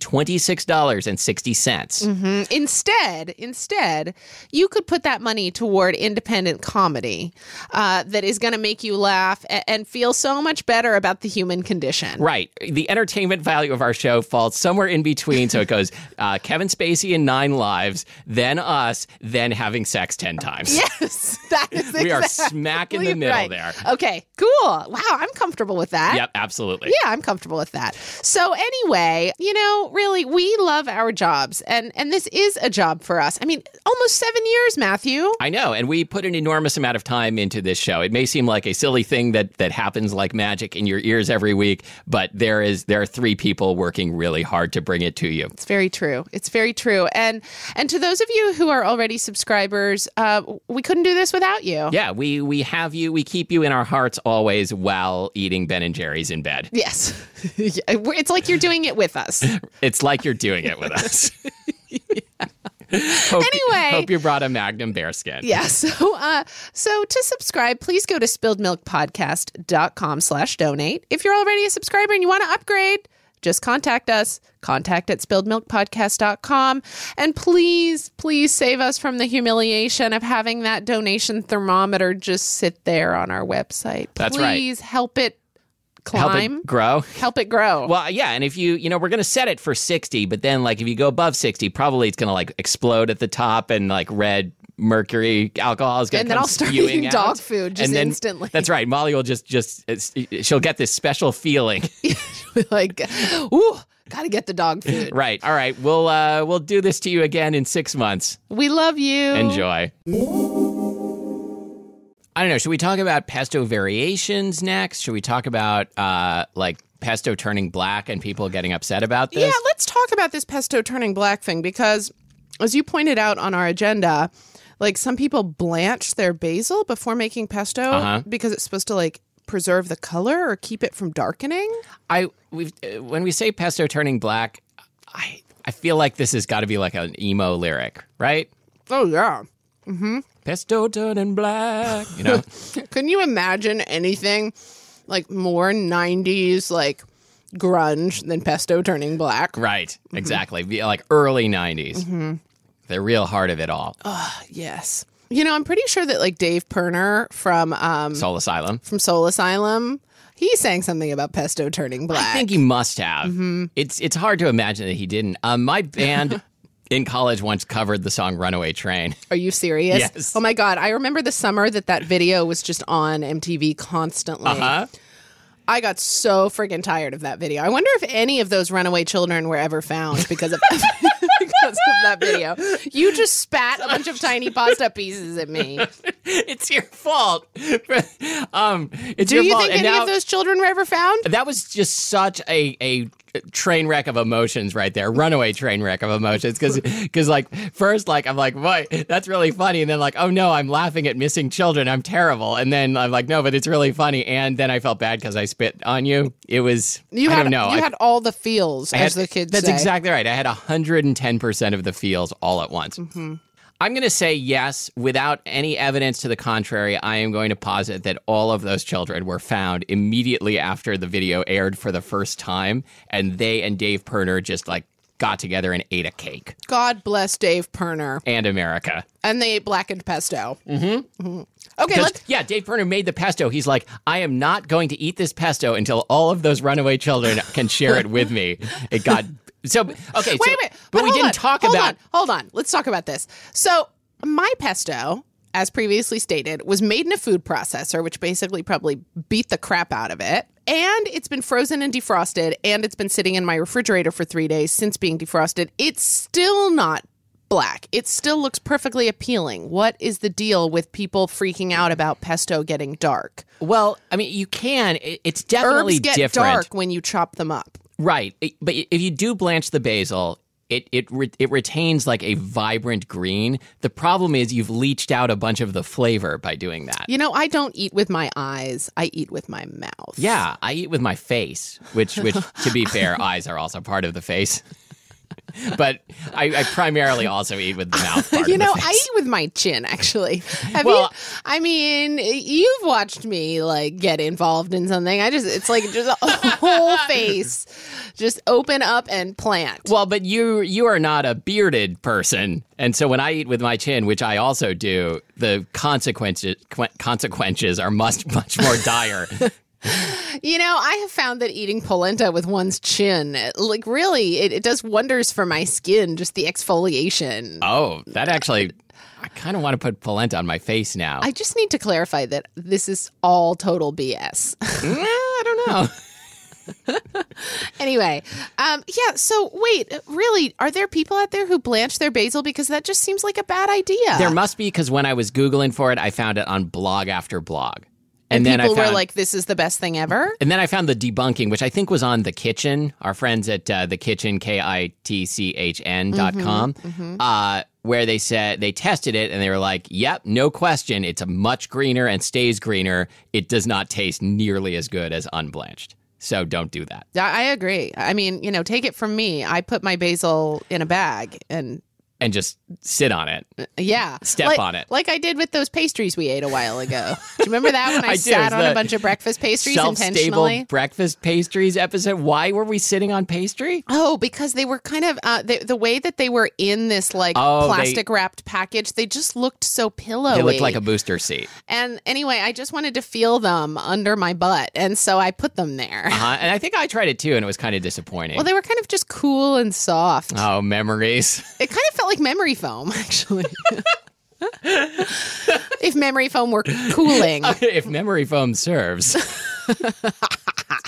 S1: $26.60.
S2: Mm, Instead, instead, you could put that money toward independent comedy uh, that is going to make you laugh and, and feel so much better about the human condition.
S1: Right. The entertainment value of our show falls somewhere in between. So it goes uh, Kevin Spacey in Nine Lives, then us, then having sex 10 times.
S2: [LAUGHS] Yes, that is exactly
S1: We are smack in the middle
S2: right.
S1: there.
S2: Okay, cool. Wow, I'm comfortable with that.
S1: Yep, absolutely.
S2: Yeah, I'm comfortable with that. So anyway, you know, really, we love our jobs, and and this is a job for us. I mean, almost seven years, Matthew.
S1: I know, and we put an enormous amount of time into this show. It may seem like a silly thing that that happens like magic in your ears every week, but there is there are three people working really hard to bring it to you.
S2: It's very true. It's very true. And and to those of you who are already subscribers, uh, we couldn't do this without you.
S1: Yeah, we we have you, we keep you in our hearts always while eating Ben and Jerry's in bed.
S2: Yes. [LAUGHS] Yeah, we're- it's like you're doing it with us.
S1: It's like you're
S2: [LAUGHS]
S1: doing it with us. Hope-
S2: Anyway.
S1: hope you brought a Magnum bearskin.
S2: Yeah. [LAUGHS] So uh so to subscribe, please go to spilledmilkpodcast.com slash donate. If you're already a subscriber and you want to upgrade, just contact us. Contact at spilledmilkpodcast.com. And please, please save us from the humiliation of having that donation thermometer just sit there on our website.
S1: That's right.
S2: please help it
S1: Help
S2: climb.
S1: it grow.
S2: help it grow.
S1: Well, yeah, and if you you know we're gonna set it for sixty, but then like if you go above sixty, probably it's gonna like explode at the top and like red mercury alcohol is gonna
S2: And then
S1: come
S2: I'll start
S1: spewing
S2: eating
S1: out.
S2: dog food just
S1: And then-
S2: instantly.
S1: That's right, Molly will just just it's, she'll get this
S2: [LAUGHS]
S1: special feeling.
S2: [LAUGHS] like, ooh, gotta get the dog food.
S1: right. All right, we'll uh, we'll do this to you again in six months.
S2: We love you.
S1: Enjoy. I don't know. Should we talk about pesto variations next? Should we talk about uh, like pesto turning black and people getting upset about this?
S2: Yeah, let's talk about this pesto turning black thing because, as you pointed out on our agenda, like some people blanch their basil before making pesto because it's supposed to like preserve the color or keep it from darkening.
S1: I we've uh, when we say pesto turning black, I I feel like this has got to be like an emo lyric, right?
S2: Oh yeah.
S1: Pesto turning black,
S2: [LAUGHS]
S1: you know?
S2: Can you imagine anything like more 90s like grunge than pesto turning black?
S1: right,
S2: Mm-hmm.
S1: exactly. Be Like early 90s. The real heart of it all.
S2: Um, Yes. You know, I'm pretty sure that like Dave Perner from um
S1: Soul Asylum.
S2: from Soul Asylum, he sang something about pesto turning black.
S1: I think he must have.
S2: Mm-hmm.
S1: It's it's hard to imagine that he didn't.
S2: [LAUGHS]
S1: Um, my band in college once covered the song
S2: [LAUGHS]
S1: "Runaway Train."
S2: Are you serious?
S1: Yes.
S2: Oh my god, I remember the summer that that video was just on MTV constantly.
S1: Huh? [LAUGHS]
S2: I got so friggin' tired of that video. I wonder if any of those runaway children were ever found because of [LAUGHS] because of that video. You just spat a bunch of tiny pasta pieces at
S1: [LAUGHS]
S2: me.
S1: it's your fault. [LAUGHS] um, it's
S2: Do
S1: your
S2: you
S1: fault.
S2: think
S1: and
S2: any
S1: now,
S2: of those children were ever found?
S1: that was just such a a train wreck of emotions right there runaway train wreck of emotions because like first like i'm like boy that's really funny and then like oh no i'm laughing at missing children i'm terrible and then i'm like no but it's really funny and then i felt bad because i spit on you it was
S2: You
S1: i
S2: had
S1: don't know
S2: you
S1: I-
S2: had all the feels,
S1: I
S2: as
S1: had-
S2: the kids
S1: That's
S2: say.
S1: exactly right. I had 110% of the feels all at once.
S2: Mm-hmm.
S1: I'm going to say yes without any evidence to the contrary. I am going to posit that all of those children were found immediately after the video aired for the first time, and they and Dave Perner just like got together and ate a cake
S2: God bless Dave Perner.
S1: and America.
S2: And they ate blackened pesto. Mm-hmm. Okay,
S1: 'Cause,
S2: let's
S1: yeah, Dave Perner made the pesto. He's like, I am not going to eat this pesto until all of those runaway children can share it with me. It got so okay. so-
S2: wait, wait.
S1: but, we
S2: hold
S1: didn't
S2: on,
S1: talk
S2: hold
S1: about
S2: On, hold on. Let's talk about this. So, my pesto, as previously stated, was made in a food processor, which basically probably beat the crap out of it. And it's been frozen and defrosted, and it's been sitting in my refrigerator for three days since being defrosted. It's still not black. It still looks perfectly appealing. What is the deal with people freaking out about pesto getting dark?
S1: Well, I mean, you can. It- It's
S2: Herbs
S1: definitely
S2: get
S1: different,
S2: dark when you chop them up.
S1: right? It- But if you do blanch the basil, it it re- it retains like a vibrant green. The problem is you've leached out a bunch of the flavor by doing that.
S2: You know, I don't eat with my eyes. I eat with my mouth.
S1: Yeah, I eat with my face, which which to
S2: [LAUGHS]
S1: be fair, eyes are also part of the face. [LAUGHS] but I, I primarily also eat with the mouth part
S2: You
S1: of the
S2: know,
S1: face.
S2: I eat with my chin
S1: [LAUGHS]
S2: actually. Have
S1: Well-
S2: you, I mean, you've watched me like get involved in something. I just it's like just a [LAUGHS] whole face just open up and plant.
S1: Well, but you you are not a bearded person, and so when I eat with my chin, which I also do, the consequences quen- consequences are much much more
S2: [LAUGHS]
S1: dire.
S2: You know, I have found that eating polenta with one's chin, like really, it, it does wonders for my skin, just the exfoliation.
S1: oh, that actually, I kind of want to put polenta on my face now.
S2: I just need to clarify that this is all total BS.
S1: Mm, [LAUGHS] I don't know.
S2: [LAUGHS] anyway, um, yeah, so wait, really, are there people out there who blanch their basil? Because that just seems like a bad idea.
S1: there must be because when I was googling for it, I found it on blog after blog, and, then I
S2: people
S1: found
S2: were like, "This is the best thing ever."
S1: And then I found the debunking, which I think was on The Kitchen, our friends at uh, The Kitchen, K I T C H N
S2: Mm-hmm,
S1: dot com, uh, where they said they tested it and they were like, yep, no question. It's a much greener and stays greener. It does not taste nearly as good as unblanched. So don't do that.
S2: I I agree. I mean, you know, take it from me. I put my basil in a bag, and
S1: And just sit on it.
S2: yeah,
S1: Step
S2: like,
S1: on it.
S2: like I did with those pastries we ate a while ago. do you remember that
S1: [LAUGHS]
S2: when I,
S1: I do.
S2: sat
S1: It's
S2: on a
S1: the
S2: bunch of breakfast pastries
S1: Self stable
S2: intentionally?
S1: breakfast pastries episode. Why were we sitting on pastry?
S2: Oh, because they were kind of uh, they, the way that they were in this like
S1: Oh, they-
S2: plastic wrapped package. They just looked so pillowy.
S1: They looked like a booster seat.
S2: and anyway, I just wanted to feel them under my butt, and so I put them there.
S1: Uh, and I think I tried it too, and it was kind of disappointing.
S2: Well, they were kind of just cool and soft.
S1: oh, memories. [LAUGHS]
S2: It kind of felt like memory foam, [LAUGHS] actually. if memory foam were cooling,
S1: if memory foam serves.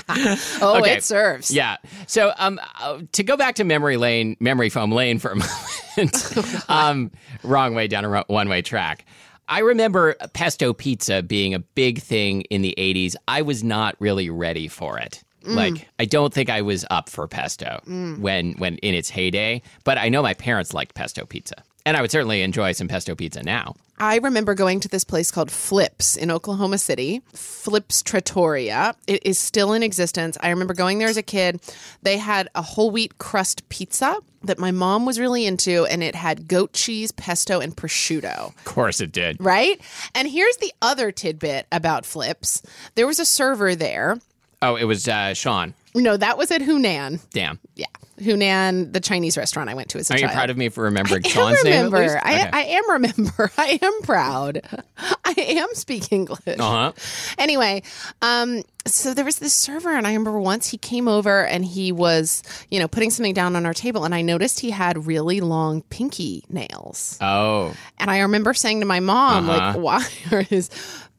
S2: oh,
S1: okay.
S2: it serves.
S1: Yeah. So, um, uh, to go back to memory lane, memory foam lane for a [LAUGHS] moment, um, wrong way down a one way track. I remember pesto pizza being a big thing in the 80s. I was not really ready for it. Like, I don't think I was up for pesto when, when in its heyday, but I know my parents liked pesto pizza. And I would certainly enjoy some pesto pizza now.
S2: I remember going to this place called Flips in Oklahoma City, Flips Trattoria. It is still in existence. I remember going there as a kid. They had a whole wheat crust pizza that my mom was really into, and it had goat cheese, pesto, and prosciutto.
S1: Of course it did.
S2: Right? And here's the other tidbit about Flips there was a server there.
S1: Oh, it was uh, Sean.
S2: No, that was at Hunan.
S1: Damn.
S2: Yeah. Hunan, the Chinese restaurant I went to as a
S1: Are you
S2: child.
S1: proud of me for remembering
S2: I am
S1: Sean's
S2: remember.
S1: name? At
S2: I,
S1: least?
S2: I am remember. [LAUGHS] I am proud. [LAUGHS] I am speaking English.
S1: Uh huh.
S2: Anyway, um, so there was this server, and I remember once he came over and he was, you know, putting something down on our table, and I noticed he had really long pinky nails,
S1: Oh,
S2: and I remember saying to my mom,
S1: Uh-huh.
S2: like, "Why are his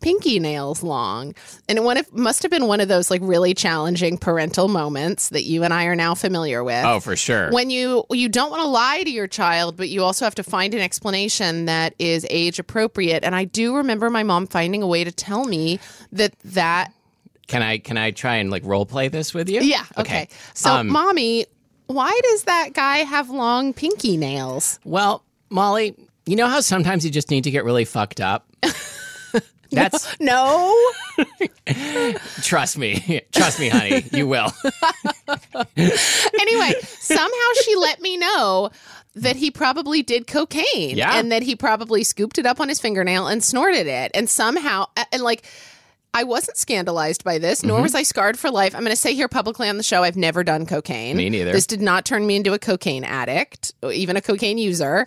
S2: pinky nails long?" And it one of, must have been one of those like really challenging parental moments that you and I are now familiar with
S1: oh, for sure.
S2: when you you don't want to lie to your child but you also have to find an explanation that is age appropriate and i do remember my mom finding a way to tell me that that
S1: can I can I try and like role play this with you?
S2: yeah okay, so mommy why does that guy have long pinky nails
S1: Well, Molly, you know how sometimes you just need to get really
S2: [LAUGHS]
S1: fucked up. [LAUGHS] That's
S2: no
S1: trust me, trust me, honey, you will.
S2: [LAUGHS]
S1: [LAUGHS]
S2: anyway somehow she let me know that he probably did cocaine
S1: Yeah.
S2: and that he probably scooped it up on his fingernail and snorted it and somehow a- and like I wasn't scandalized by this,
S1: Mm-hmm.
S2: nor was I scarred for life. I'm going to say here publicly on the show, I've never done cocaine.
S1: Me neither.
S2: This did not turn me into a cocaine addict, or even a cocaine user.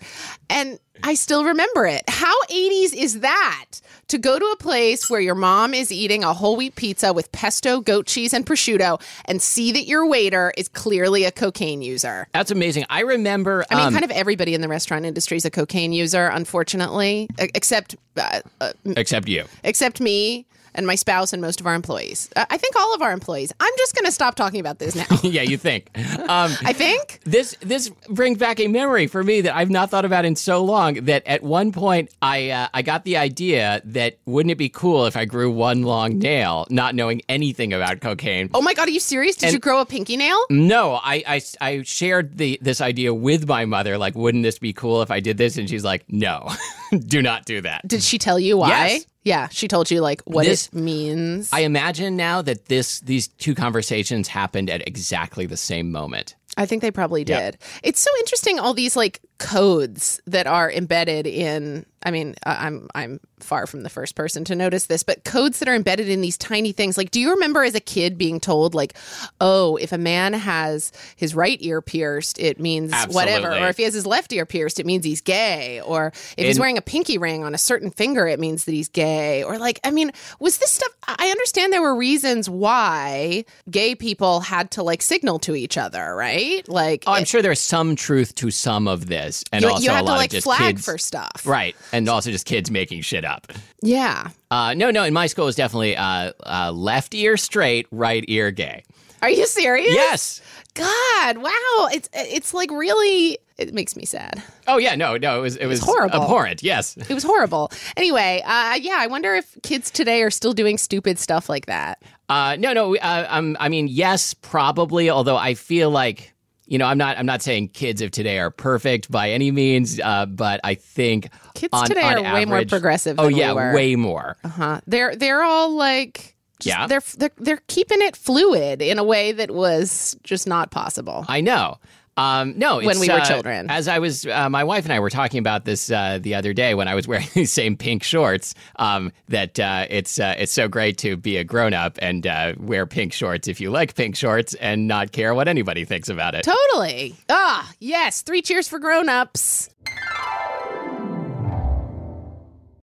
S2: And I still remember it. How 80s is that to go to a place where your mom is eating a whole wheat pizza with pesto, goat cheese, and prosciutto and see that your waiter is clearly a cocaine user?
S1: That's amazing. I remember.
S2: I mean,
S1: um,
S2: kind of everybody in the restaurant industry is a cocaine user, unfortunately, e- except uh, uh,
S1: except you.
S2: except me and my spouse and most of our employees. Uh, I think all of our employees. I'm just going to stop talking about this now.
S1: [LAUGHS] yeah, you think. Um,
S2: I think.
S1: this this brings back a memory for me that I've not thought about in so long. That at one point I uh, I got the idea that wouldn't it be cool if I grew one long nail, not knowing anything about cocaine.
S2: Oh my God, are you serious? Did you grow a pinky nail?
S1: No, I, I, I shared the this idea with my mother. Like, wouldn't this be cool if I did this? And she's like, No, [LAUGHS] do not do that.
S2: Did she tell you why?
S1: Yes.
S2: Yeah, she told you like what
S1: This-
S2: it means.
S1: I
S2: I,
S1: imagine now that this these two conversations happened at exactly the same moment.
S2: think they probably did. It's so interesting all these like codes that are embedded in I mean, I- I'm I'm far from the first person to notice this, but codes that are embedded in these tiny things. Like do you remember as a kid being told like, "Oh, if a man has his right ear pierced, it means whatever,"
S1: Absolutely.
S2: or if he has his left ear pierced, it means he's gay, or if he's
S1: In-
S2: wearing a pinky ring on a certain finger, it means that he's gay, or like, I mean, was this stuff? I understand there were reasons why gay people had to like signal to each other, right? Like, eh,
S1: Oh, I'm sure there's some truth to some of this, and
S2: you,
S1: also
S2: you
S1: a
S2: had
S1: lot
S2: to
S1: of
S2: like
S1: just
S2: flag
S1: kids,
S2: for stuff,
S1: right? And also just kids making shit up.
S2: Yeah.
S1: Uh, no, no. In my school, it was definitely uh, uh, left ear straight, right ear gay.
S2: Are you serious?
S1: Yes.
S2: God, wow. It's it's like really. It makes me sad.
S1: Oh yeah. No, no. It was it was
S2: horrible.
S1: abhorrent. Yes.
S2: It was horrible. Anyway, uh, yeah, I wonder if kids today are still doing stupid stuff like that.
S1: Uh, no, no. Uh, um, I mean, yes, probably. Although I feel like you know, I'm not. I'm not saying kids of today are perfect by any means. Uh, but I think
S2: Kids
S1: on-
S2: today
S1: on
S2: are way more
S1: average-
S2: progressive
S1: Oh
S2: than we
S1: yeah,
S2: were.
S1: way more.
S2: Huh. Uh-huh. They're they're all like just-
S1: Yeah.
S2: They're, they're they're keeping it fluid in a way that was just not possible.
S1: I know. Um, no,
S2: When
S1: it's,
S2: we were
S1: uh,
S2: children.
S1: As I was, uh, my wife and I were talking about this uh, the other day when I was [LAUGHS] wearing these same pink shorts. Um, that uh, it's uh, it's so great to be a grown up and uh, wear pink shorts if you like pink shorts and not care what anybody thinks about it.
S2: Totally. Ah, yes. Three cheers for grown-ups.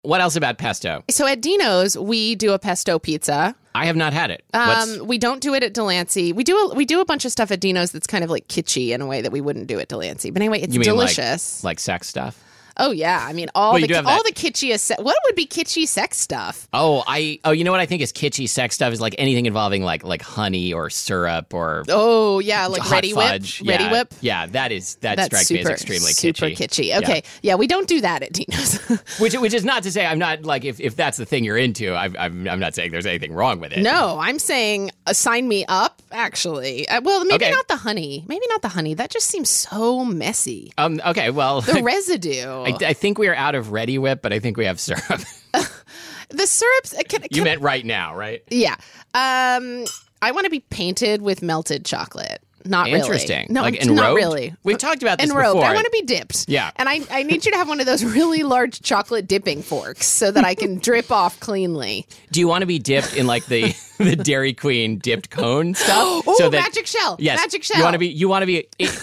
S1: What else about pesto?
S2: So at Dino's, we do a pesto pizza.
S1: I have not had it. What's-
S2: Um, we don't do it at Delancey. We do a, we do a bunch of stuff at Dino's that's kind of like kitschy in a way that we wouldn't do at Delancey. But anyway, it's
S1: you mean like-
S2: delicious.
S1: like, sex stuff?
S2: oh yeah, I mean all
S1: Well, you do
S2: the
S1: have
S2: all the
S1: that.
S2: kitschiest. Se- what would be kitschy sex stuff?
S1: Oh, I oh, you know what I think is kitschy sex stuff is like anything involving like like honey or syrup or
S2: Oh yeah, like
S1: hot
S2: ready
S1: fudge.
S2: whip, ready
S1: yeah,
S2: whip.
S1: Yeah, that is that
S2: That's
S1: strikes
S2: super,
S1: me as extremely
S2: super kitschy. Okay, yeah, we don't do that at Dino's. [LAUGHS]
S1: Which, which is not to say I'm not like if, if that's the thing you're into, I'm, I'm I'm not saying there's anything wrong with it.
S2: No, I'm saying uh, sign me up. actually. Uh, well, maybe
S1: Okay.
S2: not the honey. Maybe not the honey. That just seems so messy.
S1: Um, okay, well, [LAUGHS]
S2: The residue.
S1: I, I think we are out of Ready Whip, but I think we have syrup. [LAUGHS]
S2: the syrups. uh, Can, [LAUGHS]
S1: you
S2: can-
S1: meant right now, right?
S2: yeah. Um, I want to be painted with melted chocolate. Not really.
S1: Interesting.
S2: No,
S1: like
S2: I'm- not
S1: enrobed?
S2: really.
S1: We've talked about this
S2: Enrobed.
S1: before.
S2: I want to be dipped.
S1: Yeah.
S2: And I, I need you to have one of those [LAUGHS] really large chocolate dipping forks so that I
S1: [LAUGHS]
S2: can drip off cleanly.
S1: Do you want to be dipped in
S2: [LAUGHS]
S1: like the the Dairy Queen dipped cone stuff?
S2: [GASPS] Oh,
S1: that-
S2: magic shell.
S1: Yes,
S2: Magic shell.
S1: You want to be. You want
S2: [LAUGHS]
S1: to be. it-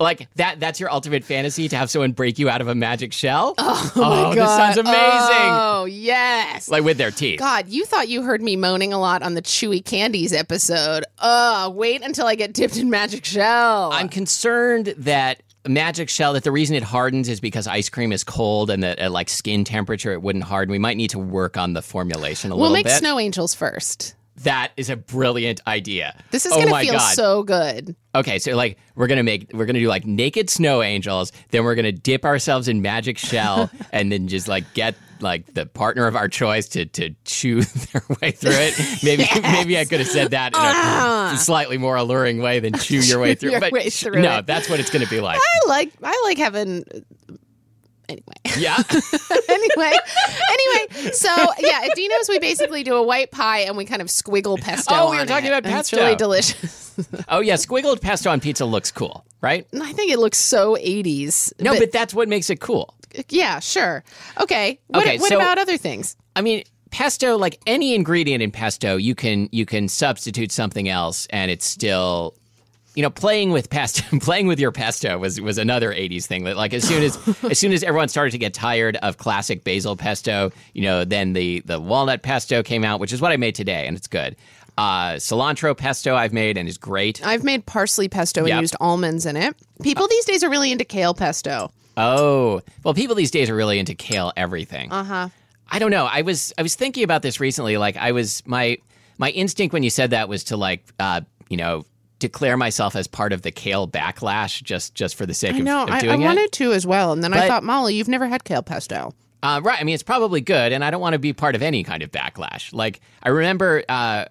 S1: like that. That's your ultimate fantasy to have someone break you out of a magic shell. Oh,
S2: my
S1: this
S2: God.
S1: sounds amazing.
S2: Oh, yes.
S1: Like with their teeth.
S2: God, you thought you heard me moaning a lot on the Chewy Candies episode. Uh, wait until I get dipped in magic shell.
S1: I'm concerned that magic shell that the reason it hardens is because ice cream is cold and that at like skin temperature it wouldn't harden. We might need to work on the formulation a
S2: we'll
S1: little
S2: make
S1: bit.
S2: snow angels first.
S1: that is a brilliant idea.
S2: This is
S1: oh
S2: gonna
S1: my
S2: feel
S1: God.
S2: so good.
S1: Okay, so like we're gonna make we're gonna do like naked snow angels, then we're gonna dip ourselves in
S2: [LAUGHS]
S1: magic shell, and then just like get like the partner of our choice to to chew [LAUGHS] their way through it.
S2: [LAUGHS]
S1: Maybe maybe I could have said that in a slightly more alluring way than chew your way through.
S2: Ah. your
S1: but
S2: way
S1: sh-
S2: through
S1: no,
S2: it.
S1: that's what it's gonna be
S2: [LAUGHS]
S1: like.
S2: I like I like having [LAUGHS] anyway.
S1: yeah.
S2: anyway, anyway, so yeah, at Dino's we basically do a white pie and we kind of squiggle pesto.
S1: Oh, we were
S2: on
S1: talking
S2: it,
S1: about
S2: and It's
S1: pesto.
S2: really delicious. [LAUGHS]
S1: Oh yeah, squiggled pesto on pizza looks cool, right?
S2: And I think it looks so eighties.
S1: No, but, that's what makes it cool.
S2: yeah, sure, okay. What,
S1: Okay,
S2: what
S1: so-
S2: about other things?
S1: I mean, pesto, like any ingredient in pesto, you can you can substitute something else, and it's still, you know, playing with pesto, [LAUGHS] playing with your pesto was was another '80s thing. That like as soon as as soon as everyone started to get tired of classic basil pesto, you know, then the the walnut pesto came out, which is what I made today, and it's good. Uh, cilantro pesto I've made and is great.
S2: I've made parsley pesto and
S1: Yep.
S2: used almonds in it. People these days are really into kale pesto.
S1: Oh, well, people these days are really into kale everything. Uh huh. I don't know. I was I was thinking about this recently. Like I was my my instinct when you said that was to like uh, you know declare myself as part of the kale backlash just just for the sake of,
S2: No,
S1: of
S2: I, I
S1: doing it.
S2: wanted to as well, and then I
S1: But-
S2: thought, Molly, you've never had kale pesto.
S1: Uh, right. I mean, it's probably good, and I don't want to be part of any kind of backlash. Like I remember uh,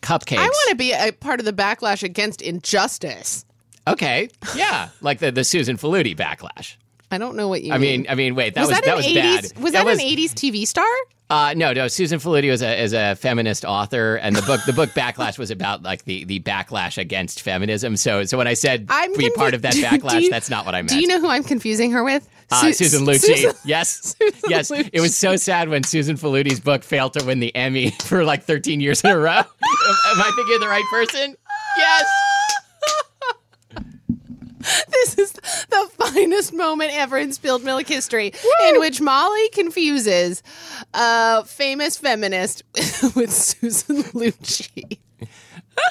S1: cupcakes.
S2: I want to be a part of the backlash against injustice.
S1: okay, yeah, like the the Susan Faludi backlash.
S2: I don't know what you
S1: I mean, I mean, wait, that was,
S2: that, an
S1: was
S2: 80s?
S1: bad.
S2: Was that, an 80s TV star?
S1: Uh, no, no. Susan Faludi is a is a feminist author, and the book the book Backlash was about like the, the backlash against feminism. So so when I said
S2: I'm
S1: be part of that
S2: confu- [LAUGHS] Do
S1: backlash,
S2: you-
S1: that's not what I meant.
S2: Do you know who I'm confusing her with?
S1: uh,
S2: Su-
S1: Susan Lucci,
S2: Susan-
S1: yes,
S2: [LAUGHS] Susan
S1: yes. It was so sad when Susan Faludi's book failed to win the Emmy [LAUGHS] for like 13 years in a row. [LAUGHS] am, am I thinking of the right person? Yes.
S2: This is the finest moment ever in spilled milk history, in which Molly confuses a famous feminist [LAUGHS] with Susan Lucci.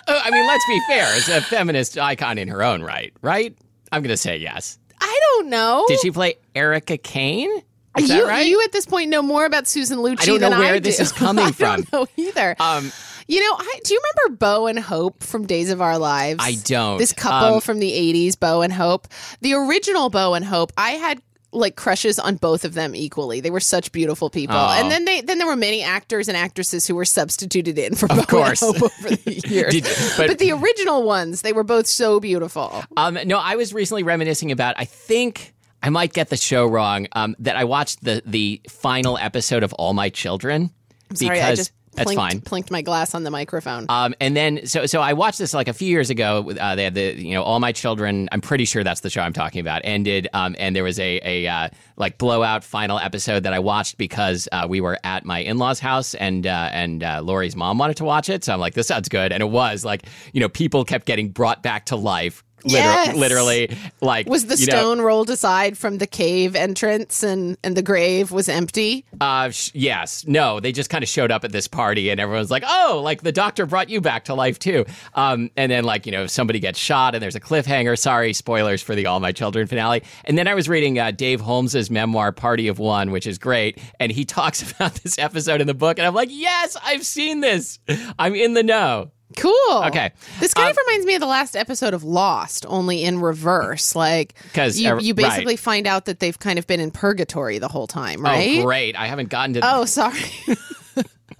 S1: Oh, I mean, let's be fair. It's a feminist icon in her own right, right? I'm gonna say yes.
S2: I don't know.
S1: Did she play Erica Kane? Is
S2: you,
S1: that right?
S2: you at this point know more about Susan Lucci
S1: I don't know
S2: than
S1: where
S2: I
S1: this
S2: do. [LAUGHS]
S1: is coming
S2: I
S1: from.
S2: don't know either.
S1: um,
S2: you know, I, do you remember Bo and Hope from Days of Our Lives?
S1: I don't. Um,
S2: This couple from the 80s, Bo and Hope. The original Bo and Hope, I had like crushes on both of them equally. They were such beautiful people.
S1: Aw.
S2: And then they then there were many actors and actresses who were substituted in for Bo
S1: course.
S2: and Hope over
S1: [LAUGHS]
S2: the years.
S1: Did- but-
S2: but, the original ones, they were both so beautiful.
S1: Um, no, I was recently reminiscing about. I think I might get the show wrong. Um, that I watched the the final episode of All My Children
S2: Sorry, I just
S1: that's
S2: plinked,
S1: fine.
S2: plinked my glass on the microphone.
S1: Um, and then so so I watched this like a few years ago. with, Uh, they had the you know all my children. I'm pretty sure that's the show I'm talking about. Ended. Um, and there was a a uh, like blowout final episode that I watched because uh, we were at my in laws house and uh, and uh, Lori's mom wanted to watch it. So I'm like, this sounds good. And it was like you know people kept getting brought back to life. Liter-
S2: Yes.
S1: literally like
S2: was the
S1: you know,
S2: stone rolled aside from the cave entrance and and the grave was empty?
S1: Uh, sh- yes. No, they just kind of showed up at this party and everyone's like, oh, like the doctor brought you back to life too. Um, and then, like, you know, somebody gets shot and there's a cliffhanger. Sorry, spoilers for the All My Children finale. And then I was reading uh, Dave Holmes's memoir, Party of One, which is great. And he [LAUGHS] talks about this episode in the book. And I'm like, yes, I've seen this. I'm in the know.
S2: Cool.
S1: Okay. Um,
S2: This kind of reminds me of the last episode of Lost, only in reverse. Like
S1: 'Cause,
S2: you,
S1: uh,
S2: you basically find out that they've kind of been in purgatory the whole time, right? [LAUGHS]
S1: Oh, great. I haven't gotten to
S2: Oh, sorry.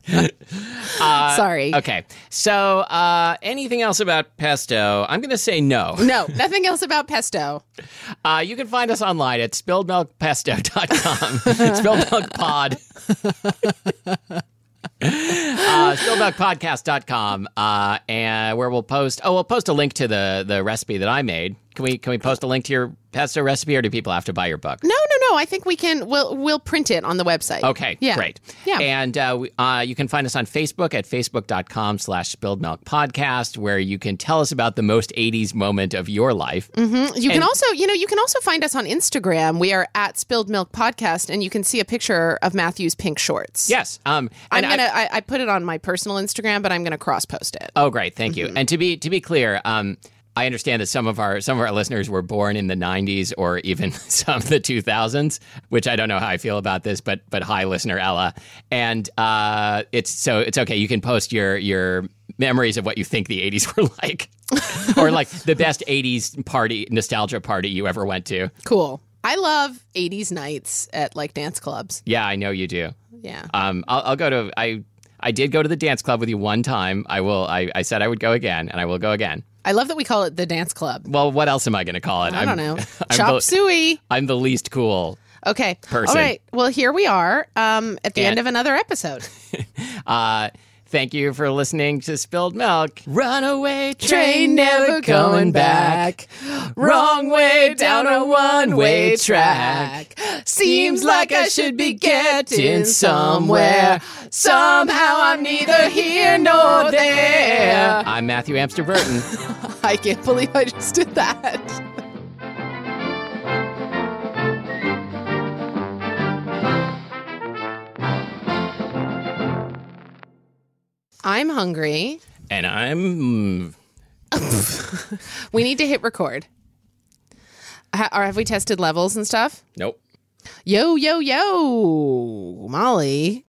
S1: [LAUGHS] Uh,
S2: Sorry.
S1: Okay. So, uh, anything else about pesto? I'm going to say no.
S2: No, nothing else about pesto.
S1: Uh, you can find us online at spilledmilkpesto.com. Spilled Milk [LAUGHS] Pod. [LAUGHS] uh, spilledmilkpodcast.com uh, and where we'll post oh we'll post a link to the the recipe that I made. Can we can we post a link to your pesto recipe or do people have to buy your book?
S2: No, no, no. I think we can. We'll we'll print it on the website.
S1: Okay,
S2: Yeah.
S1: great.
S2: Yeah.
S1: And uh, we, uh, you can find us on Facebook at facebook.com slash spilled milk podcast, where you can tell us about the most 80s moment of your life.
S2: You can also, you know, you can also find us on Instagram. We are at Spilled Milk Podcast, and you can see a picture of Matthew's pink shorts.
S1: Yes. Um,
S2: I'm
S1: and I-
S2: gonna. I, I put it on my personal Instagram, but I'm gonna cross post it.
S1: oh, great. Thank you. And to be to be clear, um, I understand that some of our some of our listeners were born in the 90s or even [LAUGHS] some of the 2000s, which I don't know how I feel about this, but but hi, listener Ella, and uh, it's so it's okay. You can post your your memories of what you think the 80s [LAUGHS] were like. or like the best 80s party nostalgia party you ever went to
S2: Cool. I love '80s nights at like dance clubs.
S1: yeah i know you do
S2: Yeah.
S1: um, I'll, I'll go to i i did go to the dance club with you one time i will i, I said i would go again and i will go again
S2: I love that we call it the dance club.
S1: well what else am i going to call it
S2: I don't [LAUGHS] know. Chop
S1: [LAUGHS] I'm, the,
S2: suey.
S1: I'm the least cool
S2: Okay.
S1: Person.
S2: All right. Well, here we are um, at the
S1: And-
S2: end of another episode.
S1: uh, thank you for listening to spilled milk runaway
S2: Train never going back. Wrong way [LAUGHS] down a one way track. Seems like I should be getting somewhere. Somehow I'm neither here nor there.
S1: i'm matthew amster burton
S2: I can't believe I just did that. I'm hungry.
S1: and i'm mm,
S2: We need to hit record. Ha- or have we tested levels and stuff?
S1: nope
S2: Yo, yo, yo, Molly.